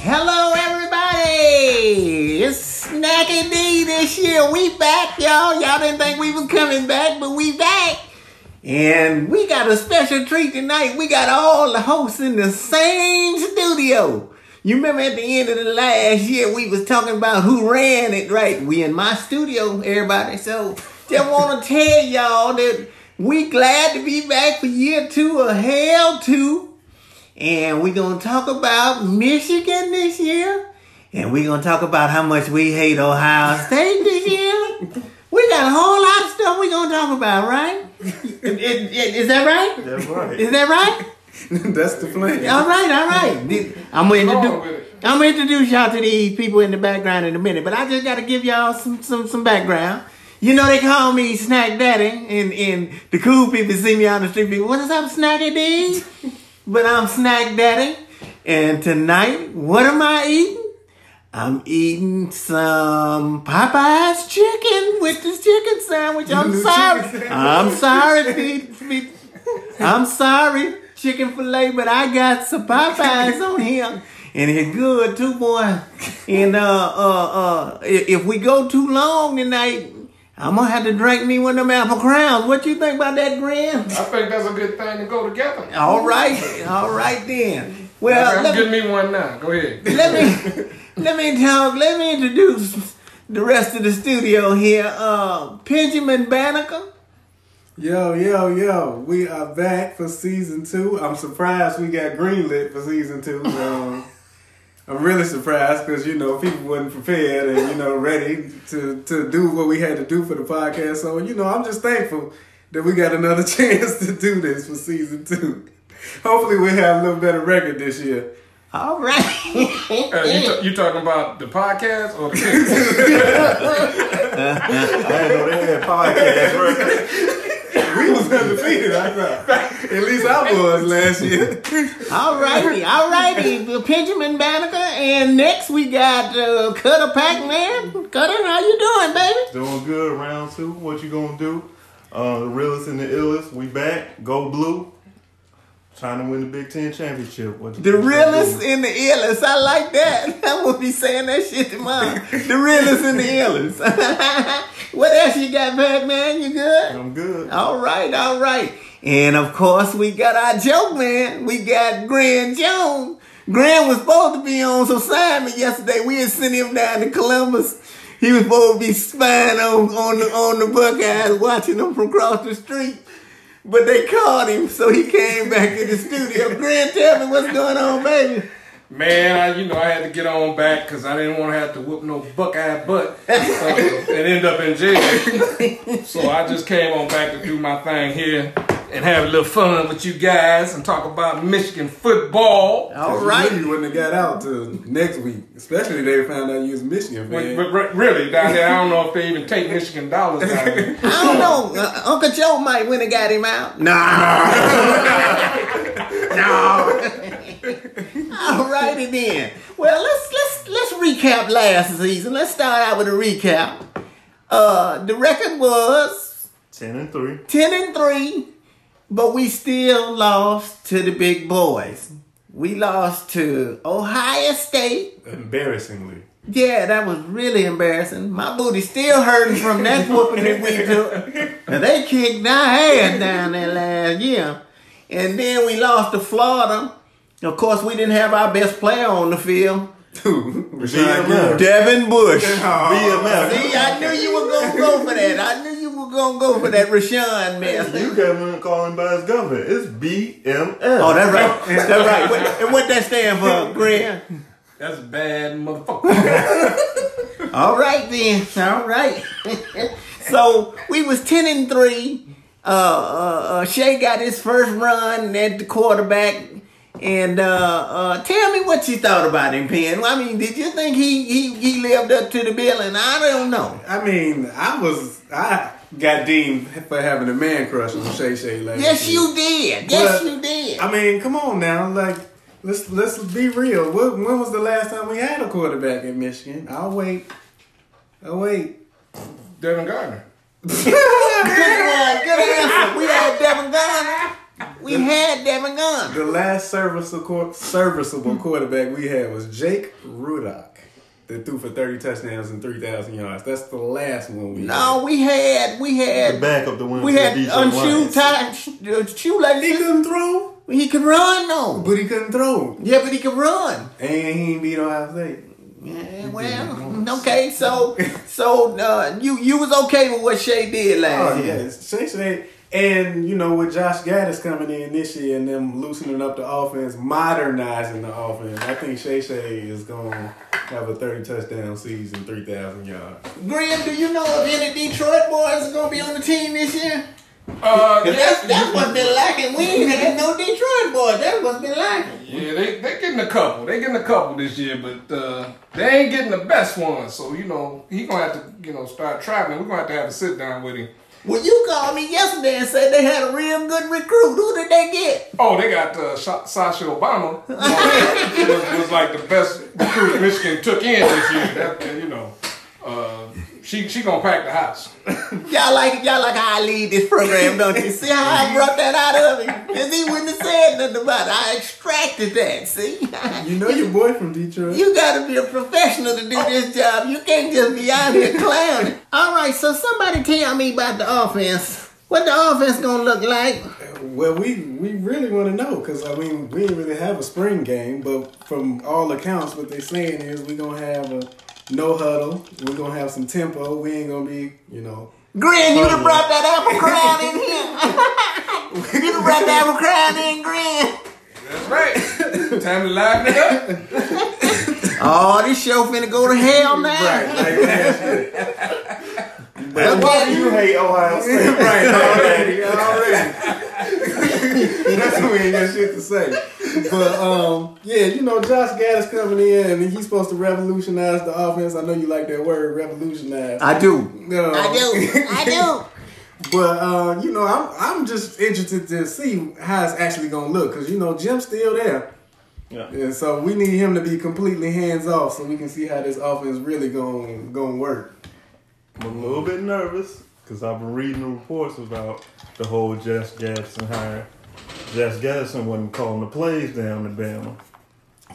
Hello, everybody! It's Snacky D this year. We back, y'all. Y'all didn't think we was coming back, but we back. And we got a special treat tonight. We got all the hosts in the same studio. You remember at the end of the last year, we was talking about who ran it, right? We in my studio, everybody. So just want to tell y'all that we glad to be back for year two of Hell 2. And we're going to talk about Michigan this year. And we're going to talk about how much we hate Ohio State this year. We got a whole lot of stuff we're going to talk about, right? Is- is- is that right? That's Is right. that right? That's the plan. All right, all right. I'm gonna introduce I'm gonna introduce y'all to these people in the background in a minute, but I just gotta give y'all some some some background. You know they call me Snack Daddy, and and the cool people see me on the street. People, what is up, Snacky D? but I'm Snack Daddy, and tonight, what am I eating? I'm eating some Popeye's chicken with this chicken sandwich. I'm New chicken sorry. sandwich. I'm sorry, Pete. Pete. I'm sorry, chicken fillet, but I got some Popeyes on here. And it's good too, boy. And uh, uh, uh, i- if we go too long tonight, I'm gonna have to drink me one of them apple crowns. What you think about that, Grand? I think that's a good thing to go together. All right, all right then. Well, Alright, let Give me, me one now. Go ahead. let me let me talk. Let me introduce the rest of the studio here. Uh, Benjamin Banneker. Yo, yo, yo. We are back for season two. I'm surprised we got greenlit for season two. Um, I'm really surprised because you know people wasn't prepared and you know ready to to do what we had to do for the podcast. So you know I'm just thankful that we got another chance to do this for season two. Hopefully we have a little better record this year. All right. Uh, you, ta- you talking about the podcast or the kids? I didn't know they had podcasts. We was undefeated, I thought. At least I was last year. Alrighty, alrighty. Benjamin Banneker, and next we got uh, Cutter Pac-Man. Cutter, how you doing, baby? Doing good. Round two. What you gonna do? Uh, the realest and the illest. We back. Go blue. Trying to win the Big Ten championship. What you The think you realest gonna and the illest. I like that. I'm gonna be saying that shit tomorrow. The realest and the illest. what else you got, Pac-Man? You do? good? I'm good. All right, all right. And of course, we got our joke man. We got Grand Jones. Grand was supposed to be on some assignment yesterday. We had sent him down to Columbus. He was supposed to be spying on, on the on the Buckeyes, watching them from across the street. But they caught him, so he came back to the studio. Grand, tell me what's going on, baby. Man, I, you know, I had to get on back because I didn't want to have to whoop no buckeye butt so, and end up in jail. So I just came on back to do my thing here and have a little fun with you guys and talk about Michigan football. All You, right. knew you wouldn't have got out till next week, especially if they found out you was Michigan But, fan. but re- really, down there, I don't know if they even take Michigan dollars down there. I don't know. Uh, Uncle Joe might win and got him out. Nah. Alrighty then. Well, let's let's let's recap last season. Let's start out with a recap. Uh, the record was Ten and three. ten and three, but we still lost to the big boys. We lost to Ohio State. Embarrassingly. Yeah, that was really embarrassing. My booty still hurting from that whooping that we took. And they kicked our ass down there last year. And then we lost to Florida. Of course, we didn't have our best player on the field, Dude, Yeah, Rashad yeah. Gary. Devin Bush. BMF. See, I knew you were gonna go for that. I knew you were gonna go for that Rashawn mess. You can't even call him by his government. It's BMF. Oh, that's right. That's right. What, and what that stand for, Greg? That's a bad motherfucker. All right then. All right. so we was ten and three. Uh, uh, uh, Shea got his first run at the quarterback, and uh, uh, tell me what you thought about him, Penn. I mean, did you think he he, he lived up to the billing? I don't know. I mean, I was I got deemed for having a man crush on Shay Shay last Yes, year. you did. Yes, But, you did. I mean, come on now, like let's let's be real. When, when was the last time we had a quarterback in Michigan? I'll wait. I'll wait. Devin Gardner. Good one. Good answer. We had Devin Garner. We had Devin Gunn. The last serviceable, serviceable quarterback we had was Jake Rudock that threw for 30 touchdowns and 3,000 yards. That's the last one we No, we had we The had back of the one. we to the had DJ unshoe Lyons. tie had. He shoelaces. couldn't throw, He could run though. but he couldn't throw. Yeah, but he could run. And he ain't beat Ohio State. Yeah, well, mm, okay, so so uh, you you was okay with what Shay did last Oh, year. yeah. Essentially, and, you know, with Josh Gaddis coming in this year and them loosening up the offense, modernizing the offense, I think Shay Shay is going to have a 30 touchdown season, 3,000 yards. Graham, do you know if any Detroit boys are gonna be on the team this year? Uh, That's yeah, that's what's been lacking. We ain't had no Detroit boys. That's what's been lacking. yeah, they they getting a couple. They getting a couple this year, but uh, they ain't getting the best one. So you know he gonna have to you know start traveling. We're gonna have to have a sit down with him. Well, you called me yesterday and said they had a real good recruit. Who did they get? Oh, they got uh, Sa- Sasha Obama. was, was like the best recruit Michigan took in this year. That, uh, you know, uh, she she gonna pack the house. Y'all like y'all like how I lead this program, don't you? See how I brought that out of him? Cause he wouldn't have said nothing about it. I extracted that. See, You know your boy from Detroit. you gotta be a professional to do this job. You can't just be out here clowning. All right, so somebody tell me about the offense. What the offense gonna look like? Well, we we really want to know because I mean we didn't really have a spring game, but from all accounts, what they're saying is we're gonna have a no huddle. We're gonna have some tempo. We ain't gonna be you know. Grin, you'd Oh, have brought that apple crown in here. you'd have brought the apple crown in, Grin. That's right. Time to liven it up. Oh, this show finna go to hell now. Like last That's why you hate Ohio State. year. right already already. That's we ain't got shit to say. But um, yeah, you know Josh Gaddis coming in and he's supposed to revolutionize the offense. I know you like that word revolutionize. I do. No. I do. I do. But uh, you know, I'm I'm just interested to see how it's actually gonna look because you know Jim's still there, Yeah. and so we need him to be completely hands off so we can see how this offense really gonna gonna work. I'm a little bit nervous because I've been reading the reports about the whole Jess Gadsden hire. Jess Gadsden wasn't calling the plays down in Bama.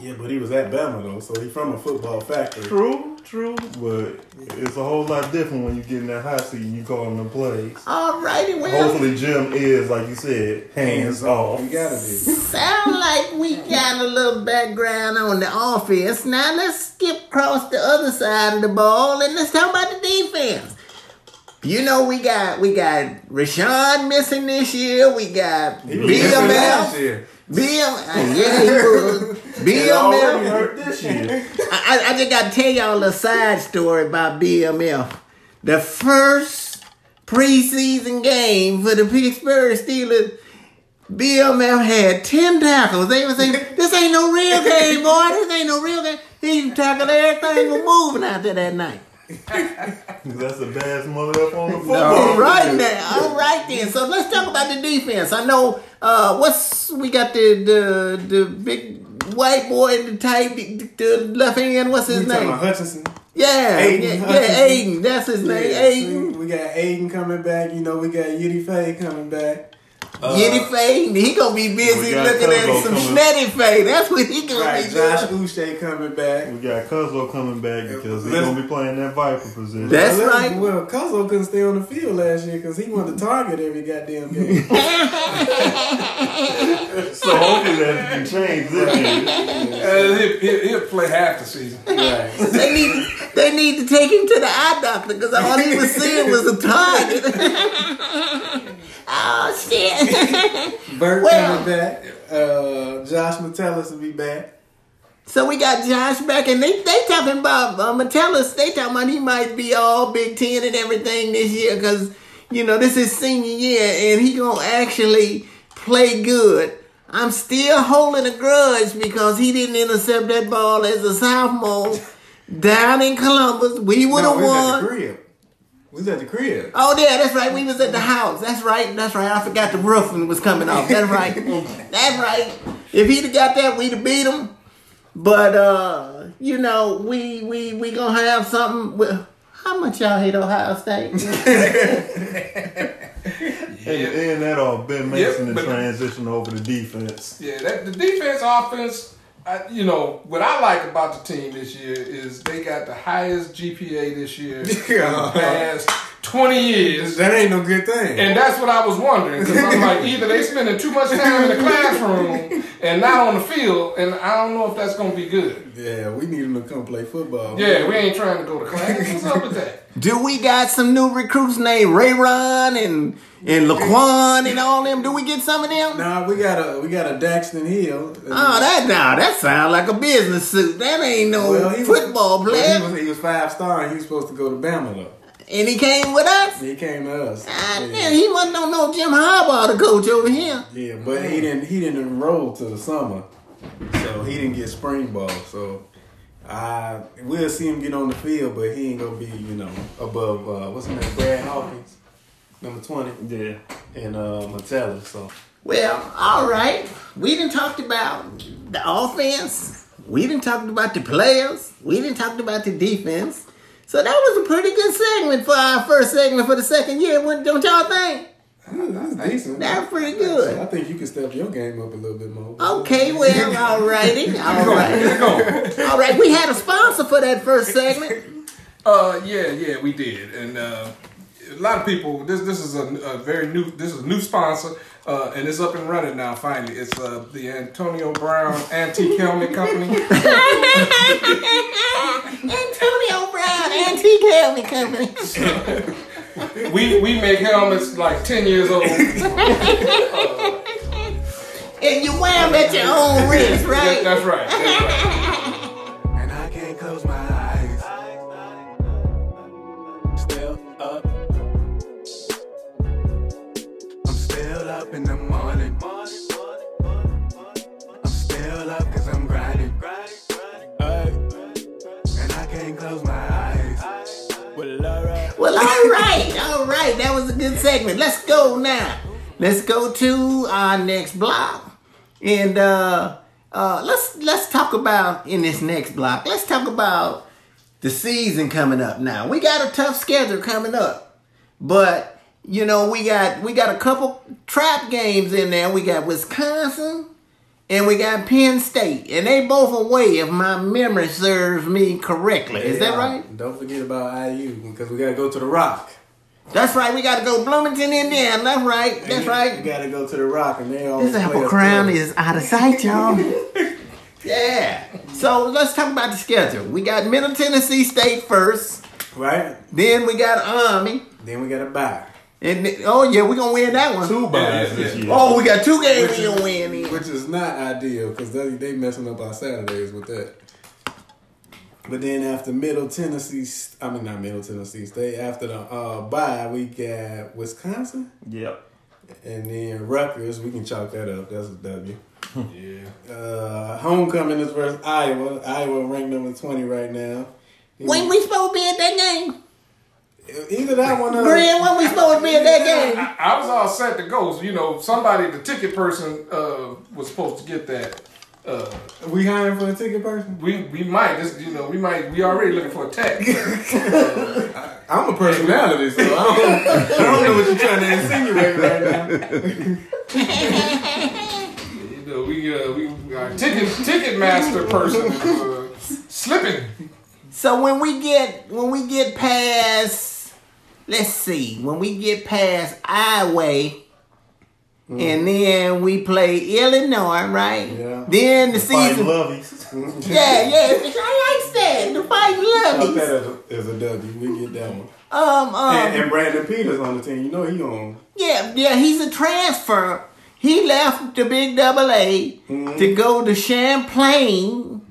Yeah, but he was at Bama though, so he's from a football factory. True, true, but it's a whole lot different when you get in that hot seat and you calling the plays. All righty, well, Hopefully, Jim is like you said, hands off. You gotta be. sound like we got a little background on the offense. Now let's skip across the other side of the ball and let's talk about the defense. You know we got we got Rashawn missing this year. We got He was different last BML. year. Bill, uh, yeah, he was. Already BML. hurt this year. I, I- I just got to tell y'all a side story about BML. The first preseason game for the Pittsburgh Steelers, BML had 10 tackles. They was saying, this ain't no real game, boy. This ain't no real game. He tackled everything was moving out there that night. That's the baddest mother up on the All Oh, football. right now, all right then. So let's talk about the defense. I know uh, what's we got the the the big white boy in the tight the, the left hand. What's his We talking about name? Hutchinson? Yeah, Aiden yeah, yeah, Hutchinson. Aiden. That's his name, Yeah, Aiden. see, we got Aiden coming back. You know, we got Yudi Faye coming back. Uh, Yiddy Faye. He gonna be we busy got looking Tugboat at some coming. Schnetty Faye. That's what he gonna Right, be Josh doing. Uche coming back. We got Cuzzo coming back because he's Let's- gonna be playing that Viper position. That- That's well, right. Well, Cuzzo couldn't stay on the field last year because he wanted to target every goddamn game. so hopefully that can change this year. Uh, he'll, he'll, he'll play half the season. right. They need they need to take him to the eye doctor because all he was seeing was a target. oh shit. Bert Well- coming back. Uh, Josh Metellus will be back. So we got Josh back, and they, they talking about uh, Metellus. They talking about he might be all Big Ten and everything this year because you know this is senior year, and he gonna actually play good. I'm still holding a grudge because he didn't intercept that ball as a sophomore down in Columbus. We would No, have we was at the won. crib. We was at the crib. Oh yeah, that's right. We was at the house. That's right. That's right. I forgot the roof was coming off. That's right. that's right. If he'd have got that, we'd have beat him. But uh, you know, we we we gonna have something. With, how much y'all hate Ohio State? In Yeah. the end, that all Ben Mason Yep, the but- transition over to defense. Yeah, that, the defense, offense. I, you know what I like about the team this year is they got the highest GPA this year in the past twenty years, That ain't no good thing. and that's what I was wondering. 'cause I'm like, either they spending too much time in the classroom and not on the field, and I don't know if that's gonna be good. yeah, we need him to come play football. Yeah, we ain't trying to go to class. What's up with that? Do we got some new recruits named Rayron and and Laquan and all them? Do we get some of them? Nah, we got a we got a Daxton Hill. Oh, that now that sound like a business suit. That ain't no Well, he was- football But player. He was, he was five star and he was supposed to go to Bama though. and he came with us. He came to us. God yeah. damn, he wasn't no no Jim Harbaugh the coach over here. Yeah, but he didn't he didn't enroll till the summer, so he didn't get spring ball. So I we'll see him get on the field, but he ain't gonna be you know above uh, what's his name Brad Hawkins, number twenty, Yeah. and uh, Metellus. So Well, all right. We didn't talked about the offense. We didn't talked about the players. We didn't talked about the defense. So that was a pretty good segment for our first segment for the second year. What don't y'all think? that's decent. That's pretty good. I think you can step your game up a little bit more. Okay, well, alrighty, alright, alright. We had a sponsor for that first segment. Uh, yeah, yeah, we did, and uh, a lot of people. This this is a, a very new. This is a new sponsor, uh, and it's up and running now. Finally, it's uh, the Antonio Brown Antique Helmet Company. Antonio Brown, Antique Helmet Company. We we make helmets like ten years old. That- And you wear them at your own risk, right? that's right. That's right. And I can't close my eyes. Still up. I'm still up in the morning. I'm still up cause I'm grinding. Ay. And I can't close my eyes. Well, alright. Well, alright, alright. That was a good segment. Let's go now. Let's go to our next block. And uh uh let's let's talk about in this next block, let's talk about the season coming up now. We got a tough schedule coming up. But you know, we got we got a couple trap games in there. We got Wisconsin and we got Penn State, and they both away if my memory serves me correctly. Is that right? Don't forget about IU because we gotta go to the rock. That's right. We got to go Bloomington, Indiana. That's right. That's We right. gotta go to the rock and they all This play apple us crown there. is out of sight, y'all. yeah. So let's talk about the schedule. We got Middle Tennessee State first. right. Then we got Army. Then we gotta buy. And th- oh yeah, we gonna win that one. Two buys yeah, this yeah. year. Oh, we got two games Which we is- gonna win. in. Which is not ideal because they, they messing up our Saturdays with that. But then after Middle Tennessee, I mean not Middle Tennessee State. After the uh, bye, we got Wisconsin Yep. and then Rutgers. We can chalk that up. That's a W. Yeah. Uh, homecoming is versus Iowa. Iowa ranked number twenty right now. When we supposed to be at that game? Either that one. or Greg, when we supposed to be at that game? I, I was all set to go. So, you know, somebody, the ticket person, uh, was supposed to get that. Uh, We hiring for a ticket person. we we might just you know we might we already looking for a tech. I'm a personality, so I don't, I don't know what you're trying to insinuate right now. you know we uh, we our ticket ticket master person is uh, slipping. So when we get when we get past, let's see, when we get past Iowa, and then we play Illinois, right? Yeah. Then the Fight season. Lovey's. Yeah, yeah. I like that. The Chalk fight that love. up as a W. We get that one. Um, um. And, and Brandon Peters on the team. You know he on. Yeah, yeah, he's a transfer. He left the Big Double A to go to Champlain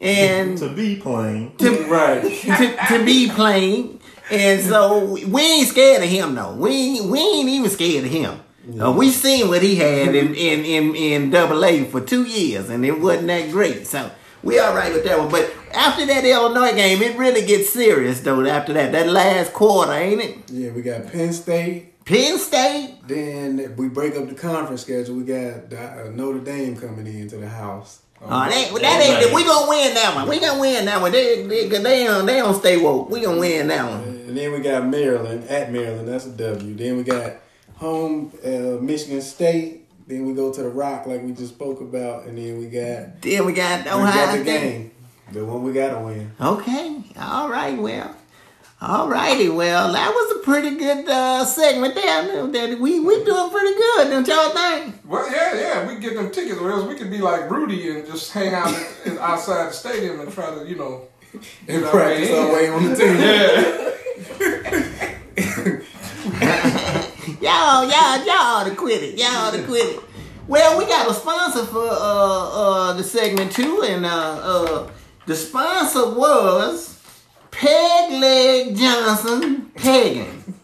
and to be playing. Right. to, to be playing. And so we ain't scared of him though. We ain't- we ain't even scared of him. Uh, we seen what he had in in in in Double A for two years, and it wasn't that great. So we all right with that one. But after that Illinois game, it really gets serious though. After that, that last quarter, ain't it? Yeah, we got Penn State. Penn State. Then we break up the conference schedule. We got uh, Notre Dame coming into the house. Oh, that, that ain't we gonna win that one. We gonna win that one. They they, they don't they don't stay woke. We gonna win that one. And then we got Maryland at Maryland. That's a W. Then we got home, uh, Michigan State. Then we go to the Rock, like we just spoke about, and then we got Then we got we got Ohio the State. game, the one we gotta win. Okay. All right. Well. All righty. Well, that was a pretty good uh, segment there. That we we doing pretty good. Don't y'all think? Well, yeah, yeah, we get them tickets, or else we could be like Rudy and just hang out in- in- outside the stadium and try to, you know, And our practice way in. our way on the team. yeah, Y'all, y'all, y'all to quit it. Y'all to quit it. Well, we got a sponsor for uh, uh, the segment too, and uh, uh, the sponsor was Peg Leg Johnson Pegging.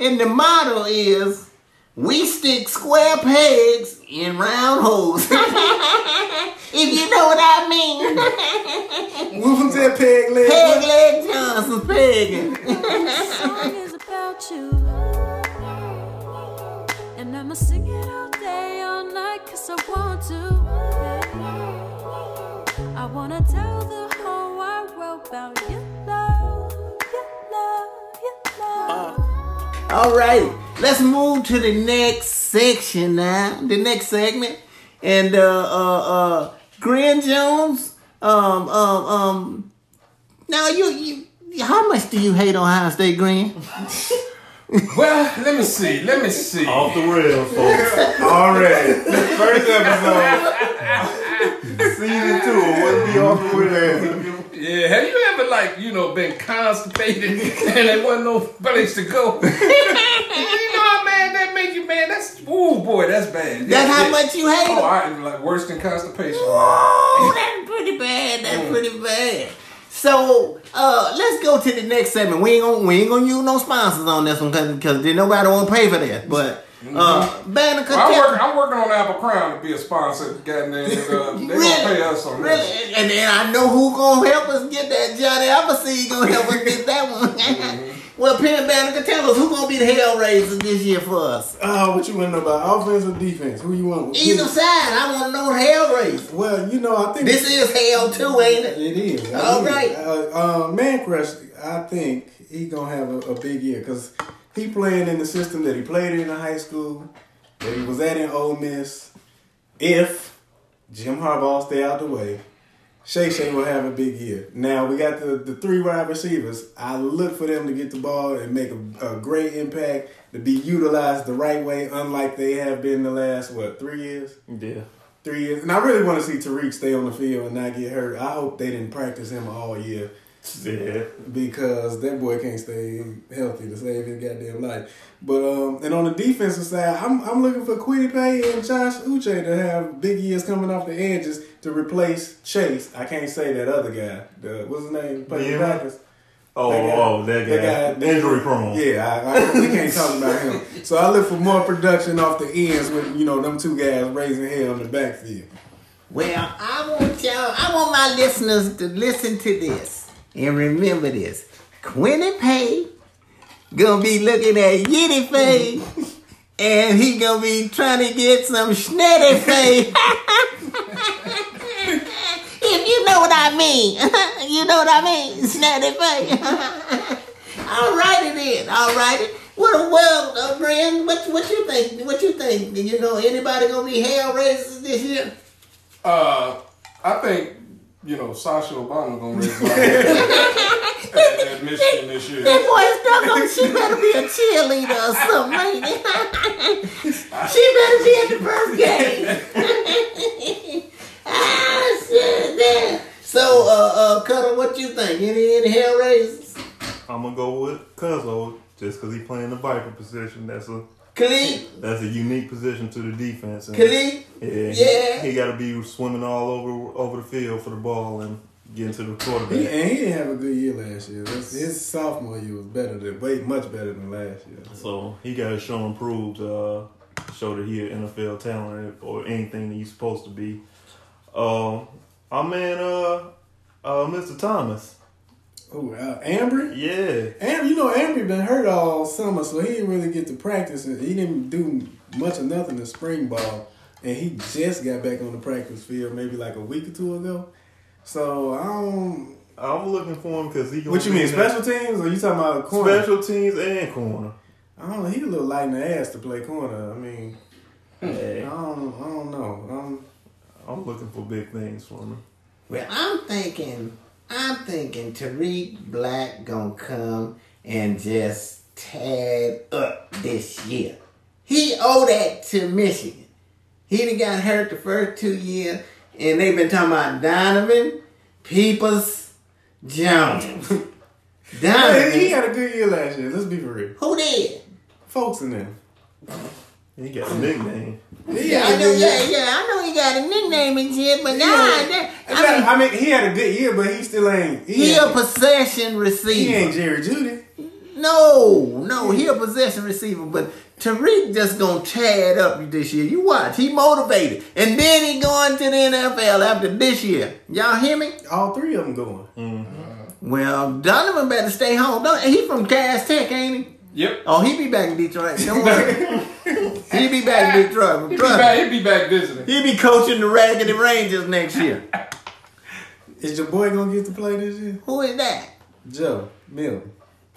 And the motto is we stick square pegs in round holes. if you know what I mean. Welcome to that peg leg. Peg Leg Johnson Pegging. This song is about you. And I'ma sing it all day, all night, cause I want to. I wanna tell the whole wide world about your love, your love, your love. All right, let's move to the next section now. The next segment, and uh, uh, uh, Grin Jones. Um, um, um. Now you, you, how much do you hate Ohio State, Grin? well, let me see, let me see. Off the rail, folks. Already, first episode, Season two, it wouldn't be off the rail. Yeah, have you ever like you know been constipated and there wasn't no place to go? you know how man that make you man? That's ooh boy, that's bad. That's Yeah, how yeah. much you hate Oh, him. I like worse than constipation. Oh, that's pretty bad. That's pretty bad. So uh, let's go to the next segment. We ain't gonna we ain't gonna use no sponsors on this one because because nobody want to pay for that. But uh, Banner I'm Contest- working. I'm working on Apple Crown to be a sponsor. Goddamn, uh, they gonna pay us on really. this. And then I know who gonna help us get that Johnny Appleseed gonna help us get that Mm-hmm. one. well, Penn Banneker, tell us who gonna be the hell raiser this year for us. oh, what you want to know about offense or defense? Who you want? Either Hmm. side, I wanna know the hell raiser. Well, you know, I think This is hell too, ain't it? It is. I All mean, right. Uh, uh, Man Crush, I think he gonna have a, a big year because he playing in the system that he played in in high school, that he was at in Ole Miss. If Jim Harbaugh stay out the way, Shay Shay will have a big year. Now we got the, the three wide receivers. I look for them to get the ball and make a, a great impact to be utilized the right way, unlike they have been the last what three years Yeah. three years. And I really want to see Tariq stay on the field and not get hurt. I hope they didn't practice him all year Yeah. because that boy can't stay healthy to save his goddamn life. But um, and on the defensive side, I'm I'm looking for Quiddy Pay and Josh Uche to have big years coming off the edges to replace Chase. I can't say that other guy. The, what's his name? Played Yeah. the Packers. Oh, oh, that guy. Injury prone. Yeah, I, I, we can't talk about him. So I look for more production off the ends with you know them two guys raising hell in the backfield. Well, I want y'all, I want my listeners to listen to this and remember this. Quinny Pay gonna be looking at Yitty Pay and he gonna be trying to get some Schnitty Pay. if you know what I mean. you know what I mean, Schnitty Pay. All righty then, all righty. What a world, uh, friend. What, what you think? What you think? You know, anybody gonna be hell raisers this year? Uh, I think you know Sasha Obama gonna raise my hand at, at Michigan this year. That boy stuck on. She better be a cheerleader or something, ain't it? she better be at the first game. ah, shit, man. So, uh, uh, Cutter, what you think? Any, any hell raisers? I'm gonna go with Cuzzo just because he playing the Viper position. That's a Khalid? that's a unique position to the defense. And Khalid? Yeah, he- Yeah. He, got to be swimming all over over the field for the ball and getting to the He, quarterback. and he didn't have a good year last year. His, his sophomore year was better than way much better than last year. So he got to show and prove to uh, show that he an NFL talent or anything that he's supposed to be. Um, I man, uh, uh, Mr. Thomas. Oh, uh, Ambry. Yeah, Ambry, you know Ambry been hurt all summer, so he didn't really get to practice. and He didn't do much or nothing in spring ball, and he just got back on the practice field maybe like a week or two ago. So I don't. I'm looking for him because he. gonna What you be mean in that- special teams? Or you talking about corner? Special teams and corner. I don't know. He a little light in the ass to play corner. I mean, I Hey, don't, I don't know. Um, I'm looking for big things from him. Well, I'm thinking, I'm thinking Tariq Black gonna come and just tab up this year. He owe that to Michigan. He done got hurt the first two years, and they've been talking about Donovan Peoples Jones. hey, he Donovan, had a good year last year. Let's be for real. who did? Folks in there. He got a nickname. He Yeah, had I a know. good year. Yeah, yeah, I know he got a nickname in here, but nah, Yeah. that, I mean, I mean, he had a good year, but he still ain't. He, he a ain't, possession he receiver. ain't Jerry Judy. No, no, he a possession receiver, but Tariq just gonna tear it up this year. You watch, he motivated, and then he going to the NFL after this year. Y'all hear me? All three of them going. Mm. Well, Donovan better stay home. Don't he from Cass Tech, ain't he? Yep. Oh, he be back in Detroit. Don't worry, he be back in Detroit. He'd Trust me. be back, he'd be back visiting. He be coaching the Raggedy Rangers next year. Is your boy gonna get to play this year? Who is that? Joe Milton.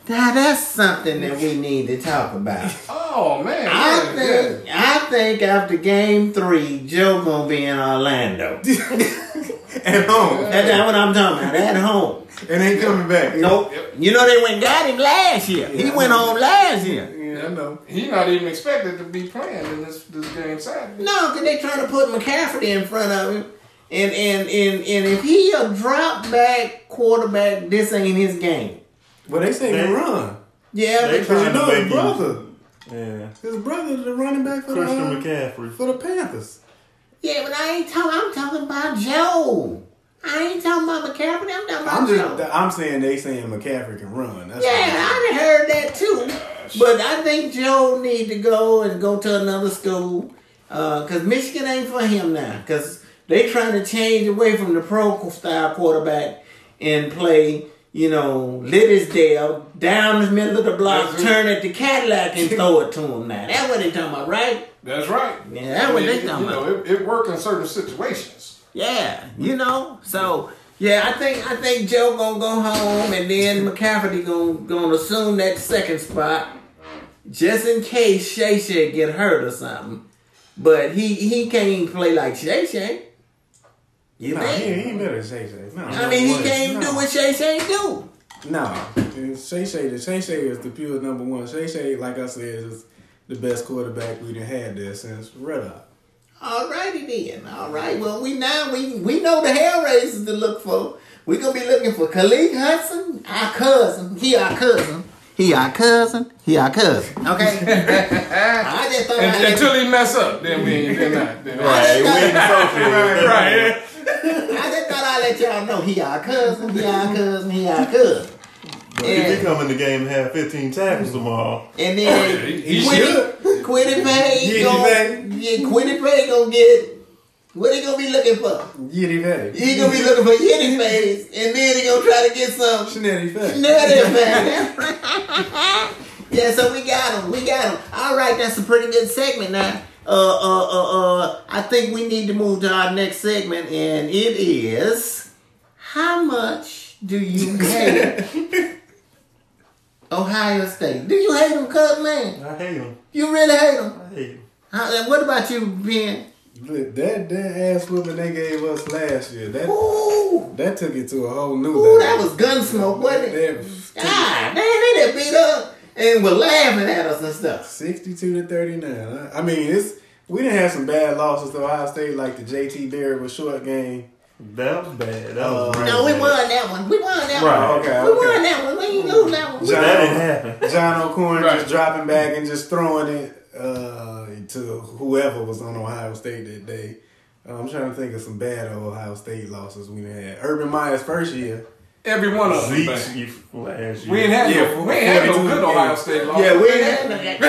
Now that's something that we need to talk about. Oh man. I yeah, yeah. think I think after game three, Joe gonna be in Orlando. At home. That's not what I'm talking about. At home. And ain't coming back. Nope. You know they went and got him last year. he went home last year. Yeah, I know. He not even expected to be playing in this this game Saturday. No, because they trying to put McCafferty in front of him. And and and and if he a drop back quarterback, this ain't his game. Well, they say he They- can run. Yeah, They because You trying to know make his you- brother. Yeah. His brother, the running back for the, Christian uh, McCaffrey. for the Panthers. yeah, but I ain't talking. I'm talking about Joe. I ain't talking about McCafferty. I'm talking about I'm Joe. just, I'm saying they saying McCaffrey can run. That's Yeah, what I done heard that too. But I think Joe need to go and go to another school because Michigan ain't for him now. Because they trying to change away from the pro style quarterback and play, you know, Liddisdale down the middle of the block, That's it. turn at the Cadillac and throw it to him now. That's what they talking about, right? That's right. Yeah, that's what I mean, they you talking about. know, it, it worked in certain situations. Yeah, Mm. you know. So yeah, I think I think Joe gonna go home, and then McCafferty gonna gonna assume that second spot, just in case Shay Shay get hurt or something. But he he can't play like Shay Shay. You Nah, he, think? ain't- he ain't better than Shay Shay. Nah, I mean, he no way. can't do Nah. what Shay Shay do. Nah, And Shay Shay, the Shay Shay is the pure number one. Shay Shay, like I said, is the best quarterback we done had there since Red Eye. Alrighty then. All right. Well, we now we we know the hell raisers to look for. We gonna be looking for Khalid Hudson, our cousin. He our cousin. He our cousin. He our cousin. Okay. I just thought And, I just, until he mess up, then we ain't then not. Then Right. We ain't associated. Right. yeah. I just thought I'd let y'all know he our cousin. He our cousin. He our cousin. But if Yeah. he come in the game and have 15 tackles tomorrow, And then He- he Quiddy Quiddy Pay Yeah, gonna yeah, Quiddy Pay gonna get what he gonna be looking for. Yiddy Fatty. He gonna be looking for Yiddy face, and then he gonna try to get some Shenanigans Fatty. Nutty man. yeah, so we got him. We got him. All right, that's a pretty good segment now. Uh, uh, uh, uh, I think we need to move to our next segment, and it is how much do you hate Ohio State? Do you hate them, Cub man? I hate him. You really hate them? I hate him. and what about you, Ben? Look, that that ass whooping they gave us last year, that Ooh, that took it to a whole new ooh, level. that was gunsmoke, wasn't it? That- God, damn, they done beat up and were laughing at us and stuff. sixty-two to thirty-nine. I- I mean, it's we didn't have some bad losses to Ohio State, like the JT Barrett was short game. That was bad. That was Uh, real No, we bad. won that one. We won that Right. one. Okay, We okay. won that one. We ain't lose that one. We- But that didn't happen. John O'Corn Right. just dropping back and just throwing it uh, to whoever was on Ohio State that day. Uh, I'm trying to think of some bad Ohio State losses we done had. Urban Meyer's first year. Every one of them. Zeke's back. you- last year. We ain't had no, we ain't had no 42. good Ohio State loss. Yeah, we That's ain't. right,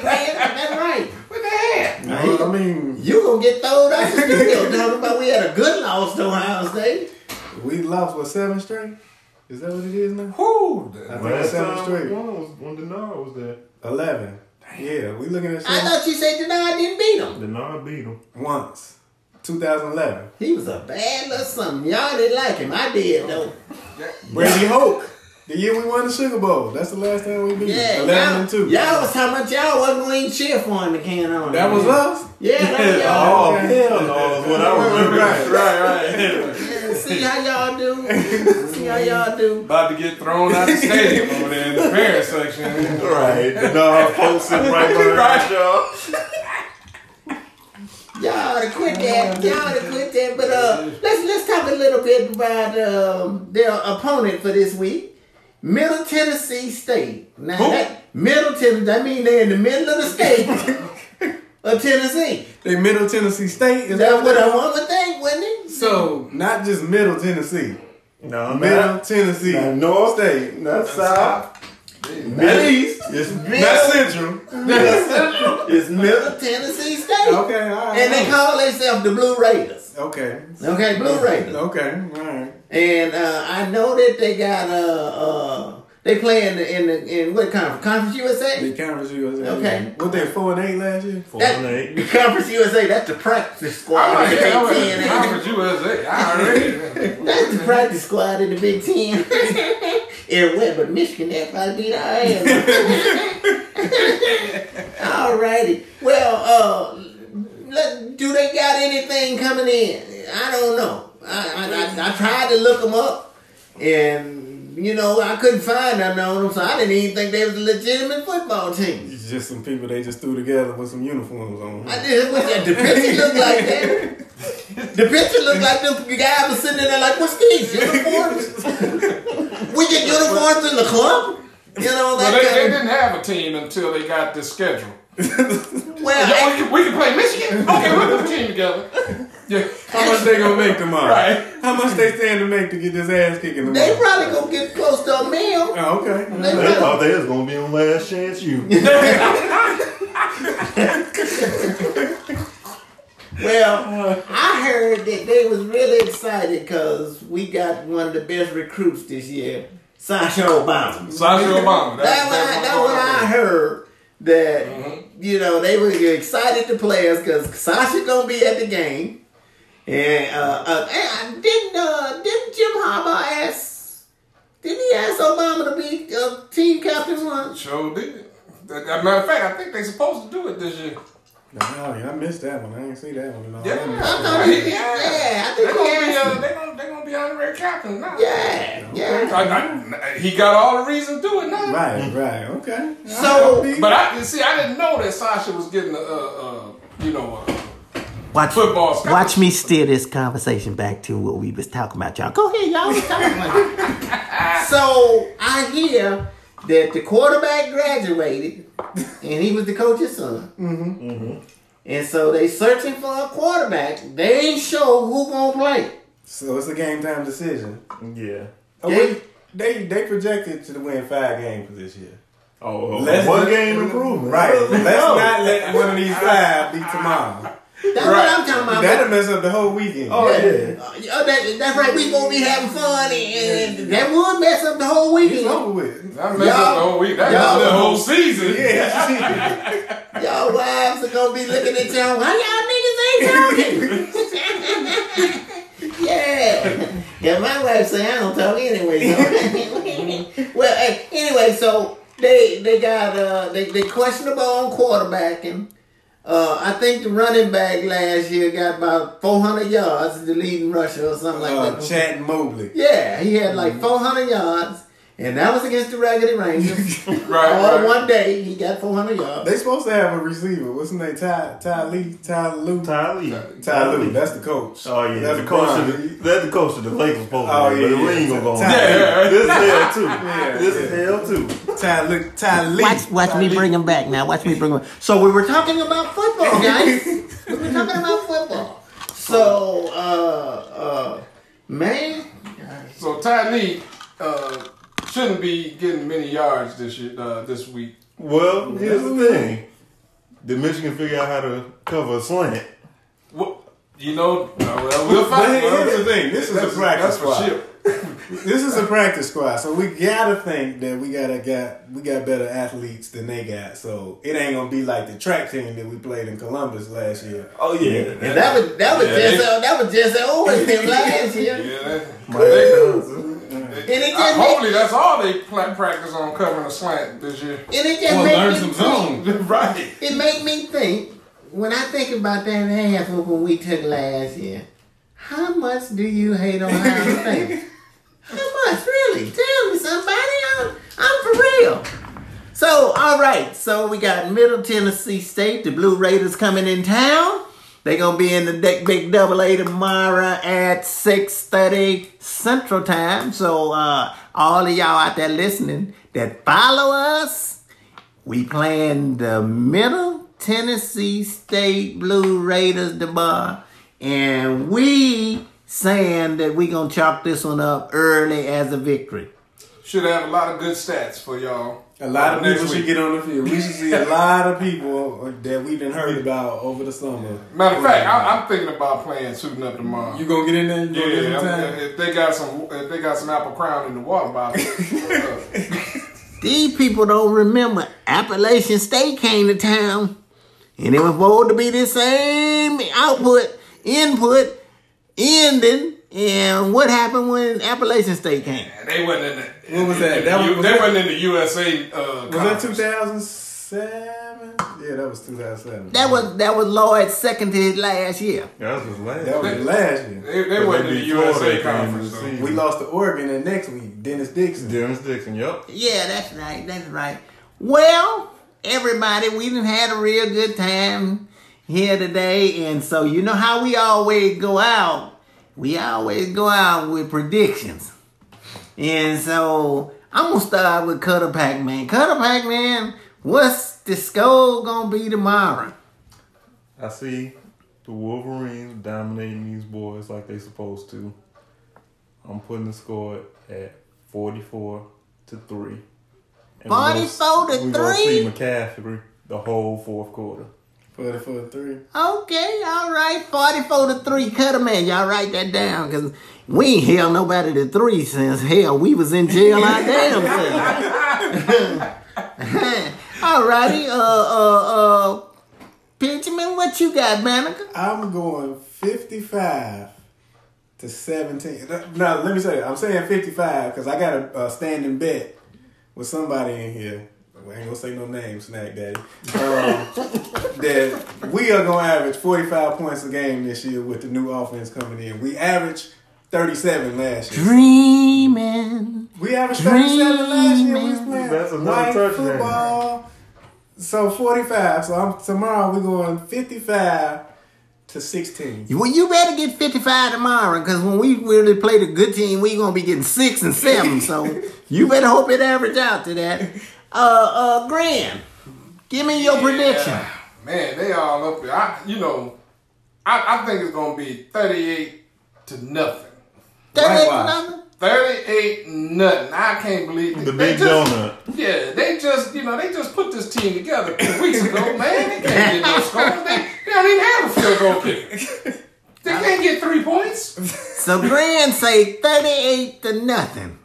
Grant. That's right. What the heck? I mean, You gonna get thrown out the studio talking about we had a good loss to Ohio State. we lost what seven straight. Is that what it is now? Who? I think it's Last seven time we straight. won was when Denard was there. Eleven. Yeah, we looking at I seven thought you said Denard didn't beat him. Denard beat him. once. 2011. Oh, He was a bad little something. Y'all didn't like him. I did though. Brady Hoke. The year we won the Sugar Bowl. That's the last time we beat Yeah, them. 11 y'all, and 2. y'all was talking about y'all wasn't lean cheer for him to can on. That was us? Yeah, that was y'all. Oh, hell no. is What I remember. Right, right, right. Yeah, see how y'all do. See how y'all do. About to get thrown out the stadium over there in the parent section. Right. No, posted right behind y'all. Y'all to quit that. Y'all to quit that. But uh, let's let's talk a little bit about um, their opponent for this week, Middle Tennessee State. Now Who? that Middle Tennessee, that mean they're in the middle of the state of Tennessee. They Middle Tennessee State. Is That's that what I want to think, wouldn't it? So, not just Middle Tennessee. No, Middle no. Tennessee. Not North State. Not South. Not East. It's Not Central. It's middle. Middle Tennessee State. Okay, all right. And they call themselves the Blue Raiders. okay. Okay, Blue Raiders. Okay, all right. And uh, I know that they got uh, uh they play in the in the in what conference? Conference The USA. Conference USA. Okay. What they four and eight last year? Four That- and eight. the Conference USA. That's the practice I'm squad. like, in the hey, I'm Big Ten, ain't like, USA. I already. it? That's the practice squad in the Big Ten. Everywhere but Michigan, that probably beat our ass. Alrighty. Well, uh, let, do they got anything coming in? I don't know. I, I, I, I tried to look them up, and you know I couldn't find nothing on them, so I didn't even think they was a legitimate football team. It's just some people they just threw together with some uniforms on. I did what the picture looked like that. The picture looked like the guy was sitting there like, what's these uniforms? we get uniforms in the club. You know But that they, they kind of- didn't have a team until they got this schedule. well, Yeah, we, can, we can play Michigan. Okay, we'll put a team together. Yeah. How much they gonna make tomorrow? Right. How much they stand to make to get this ass kicking tomorrow? they probably gonna get close to a meal. oh, okay. They They probably- thought they was gonna be on last chance you. Well, I heard that they was really excited because we got one of the best recruits this year, Sasha Obama. Sasha Obama. That's that what I, that Mm-hmm. what I heard. That you know they were excited to play us because Sasha gonna be at the game, and uh, uh and I didn't uh, didn't Jim Harbaugh ask? Didn't he ask Obama to be uh, team captain once? Sure did. As a matter of fact, I think they supposed to do it this year. Oh, yeah, I missed that one. I didn't see that one at all. Yeah. I I missed that. thought he did. Yeah, I They're think gonna he be asked. uh, they gonna they gonna be honorary captain now. Yeah, yeah. I, I, he got all the reason to do it now. Right, right, okay. So- But I you see, I didn't know that Sasha was getting a, uh, uh, you know, a Watch football scholarship. Watch me steer this conversation back to what we was talking about, y'all. Go ahead, y'all. was talking about it. so I hear that the quarterback graduated, and he was the coach's son. Mm-hmm. And so they searching for a quarterback. They ain't sure who gonna play. So it's a game time decision. Yeah. Oh, Yeah. wait, they they projected to win five games for this year. Oh, Let's- one game improvement. Right. Let's No. not let one of these five be tomorrow. That's what I'm talking about. That'll mess up the whole weekend. Oh yeah. Uh, yeah, that- that's right. We gonna be having fun, and, and that would mess up the whole weekend. It's over with. That messed up the whole week. That messed up the Y'all- whole season. Yeah. Y'all wives are gonna be looking at y'all. Why y'all niggas ain't talking? yeah. Yeah, my wife say I don't talk anyway. So. well, hey, anyway, so they they got uh they they questionable on quarterbacking. Uh, I think the running back last year got about 400 yards, the leading rusher or something like Uh, Oh, that. Chad Mobley. Yeah, he had Mm-hmm. like 400 yards, and that was against the Raggedy Rangers. Right. right. All one day, he got 400 yards. They supposed to have a receiver. What's his name? Ty Ty Lee Ty Lou Ty Lee. Ty Lue. That's the coach. Oh yeah, That's the coach. Of Bron. the, that's the coach of the Lakers supposed Oh, to be, but yeah, we ain't yeah. gonna go. on. Yeah. This is hell too. this is yeah. hell too. Ty Lue. Ty Lee. Watch, watch me bring him back now. Watch me bring him. So we were talking about football, guys. we were talking about football. So, uh, uh, man, So Ty Lee uh, shouldn't be getting many yards this year, uh, this week. Well, here's the thing. Did Michigan figure out how to cover a slant? What, you know, uh, well, we'll But find here- out. here's the thing. This is a practice That's for squad. sure. This is a practice squad, so we gotta think that we gotta got we got better athletes than they got. So it ain't gonna be like the track team that we played in Columbus last year. Oh yeah, and that was that was Yeah, just that was just always them last year, Yeah. Mike Johnson. and it just just Hopefully, that's all they pla- practice on covering the slant this year. and it just Well, made learn me some think- zone. right. It made me think when I think about that half of when we took last year. How much do you hate on Ohio State? How much, really? Tell me, somebody. I'm, I'm for real. So, all right. So we got Middle Tennessee State, the Blue Raiders coming in town. They're gonna be in the Dick big double A tomorrow at 6.30 Central Time. So uh, all of y'all out there listening that follow us, we playing the Middle Tennessee State Blue Raiders the bar, and we saying that we gonna chalk this one up early as a victory. Should have a lot of good stats for y'all. A lot of next people should week. get on the field. We should see a lot of people that we've been heard about over the summer. Matter of fact, I, I'm thinking about playing suiting up tomorrow. You gonna get in there? You gonna get in yeah, I'm- time? if they got some, if they got some apple crown in the water bottle, uh, These people don't remember Appalachian State came to town, and it was supposed to be the same output, input, ending. And what happened when Appalachian State came? they wasn't in the. What was that? in That the was- U- was they that- wasn't in the USA. Uh, Was that conference. 2007? Yeah, that was 2007. That was that was Lloyd's second to his last year. That was his last. that was last year. They, they wasn't in the beat USA Florida at the end of conference. the though. season. We lost to Oregon, and next week Dennis Dixon. Dennis Dixon, yep. Yeah, that's right. That's right. Well, everybody, we done had a real good time here today, and so you know how we always go out. We always go out with predictions, and so I'm gonna start with Cutter Pac Man. Cutter Pac Man, what's the score gonna be tomorrow? I see the Wolverines dominating these boys like they supposed to. I'm putting the score at 44 to 3. And we're gonna- 44 to We're going to see three? McCaffrey the whole fourth quarter. Put it for a three. Okay, all right, forty-four to three, Cutter Man. Y'all write that down, cause we ain't held nobody to three since hell we was in jail our damn self. Alrighty, uh, uh, uh, Benjamin, what you got, Manica? I'm going 55 to 17. Now, let me say, I'm saying 55 because I got a, a standing bet with somebody in here. We ain't gonna say no names, Snack Daddy. Um, that we are gonna average 45 points a game this year with the new offense coming in. We averaged 37 last year. Dreaming. We averaged 37 last year. We was Dreaming. playing That's another white touchdown. football. So 45. So I'm, tomorrow we're going 55 to 16. Well, you better get 55 tomorrow, because when we really play the good team, we going to be getting six and seven. So you better hope it average out to that. Uh, uh, Graham, give me your prediction. Yeah. Man, they all up there. I, you know, I, I think it's gonna be thirty-eight to nothing. 38 Likewise. nothing? Thirty-eight nothing. I can't believe The they big just, donut. Yeah, they just you know they just put this team together two weeks ago, man. They can't get no scores. They, they don't even have a field goal kicker. They can't get three points. So Grand say 38 to nothing.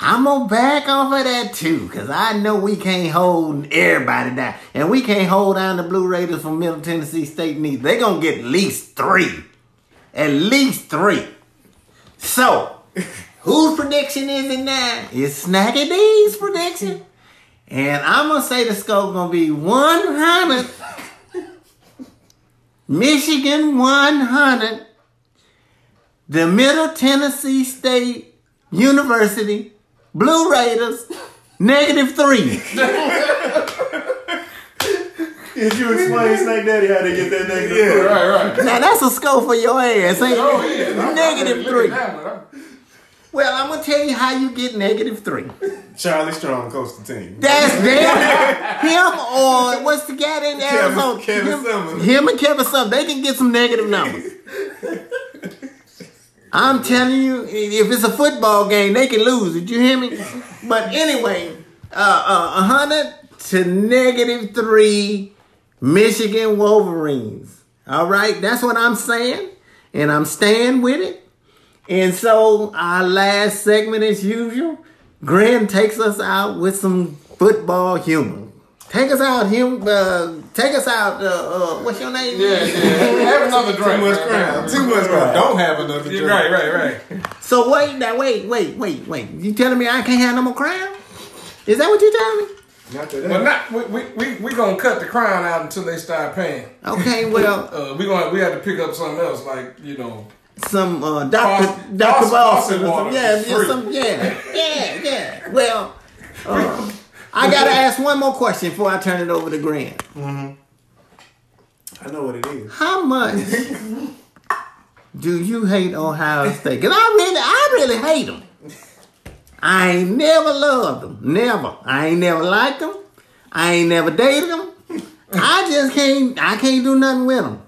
I'm gonna back off of that too, cause I know we can't hold everybody down. And we can't hold down the Blue Raiders from Middle Tennessee State neither. They gonna get at least three. At least three. So, whose prediction is it now? It's Snacky D's prediction. And I'm gonna say the scope gonna be 100. Michigan 100 the Middle Tennessee State University Blue Raiders negative three. If you explain Snake Daddy how they get that negative Right, right. Now that's a score for your ass. Ain't Oh, yeah. it? I'm- Negative look at three. that one. I'm- Well, I'm gonna tell you how you get negative three. Charlie Strong coached the team. That's them, him or what's the guy in Arizona? Kevin him, Sumlin. him and Kevin Summers. They can get some negative numbers. I'm telling you, if it's a football game, they can lose. Did you hear me? But anyway, uh, uh, 100 to negative three Michigan Wolverines. All right, that's what I'm saying, and I'm staying with it. And so, our last segment, as usual, Graham takes us out with some football humor. Take us out, him. Uh, take us out. Uh, uh, what's your name? Yeah, yeah. Have another drink. Too much man. crown. Too much crown. Don't have another drink. You're right, right, right. So wait, now wait, wait, wait, wait. You telling me I can't have no more crown? Is that what you telling me? Not today. But not we we we, we gonna cut the crown out until they start paying. Okay, well, Uh, we gonna we have to pick up something else like you know. some uh, Doctor Faucet- Doctor faucet- Boston, faucet or some, water yeah, is yeah, free. some, yeah, yeah, yeah. Well, uh, I gotta ask one more question before I turn it over to Grant. I know what it is. How much do you hate Ohio State? Cause I really, I really hate them. I ain't never loved them. Never. I ain't never liked them. I ain't never dated them. I just can't. I can't do nothing with them.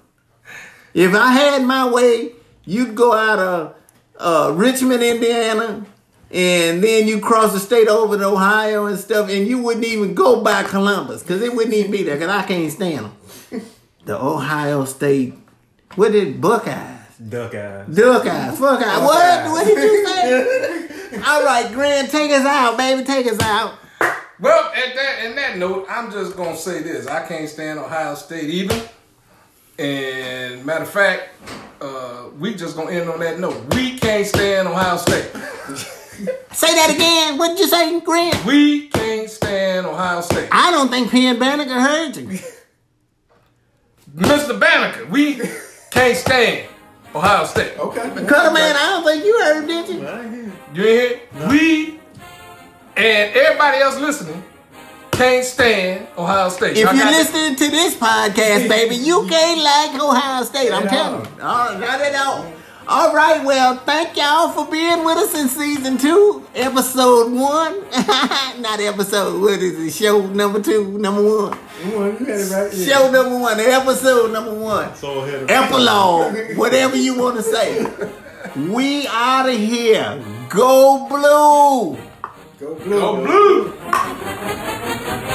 If I had my way, you'd go out of uh, Richmond, Indiana, and then you cross the state over to Ohio and stuff, and you wouldn't even go by Columbus because it wouldn't even be there. Cause I can't stand them the Ohio State. What did Buckeyes? Duck eyes. Duck eyes, fuck eyes. What? What did you say? All right, Grand, take us out, baby. Take us out. Well, at that in that note, I'm just gonna say this: I can't stand Ohio State either. And matter of fact, uh, we just gonna end on that note. We can't stand Ohio State. Say that again. What did you say, Grand? We can't stand Ohio State. I don't think Penn Banneker heard you. Mr. Banneker, we can't stand Ohio State. Okay. Cutter man, I don't think you heard, did you? You ain't hear? We and everybody else listening can't stand Ohio State. If Y'all you're got to- listening to this podcast, baby, you can't like Ohio State. I'm telling you. All right, not at all. All right, well, thank y'all for being with us in season two, episode one. not episode, what is it? Show number two, number one. You want- you had it right. Yeah. Show number one, episode number one. So ahead of Epilogue, whatever you want to say. We out of here. Go blue. Go blue. Go blue. Go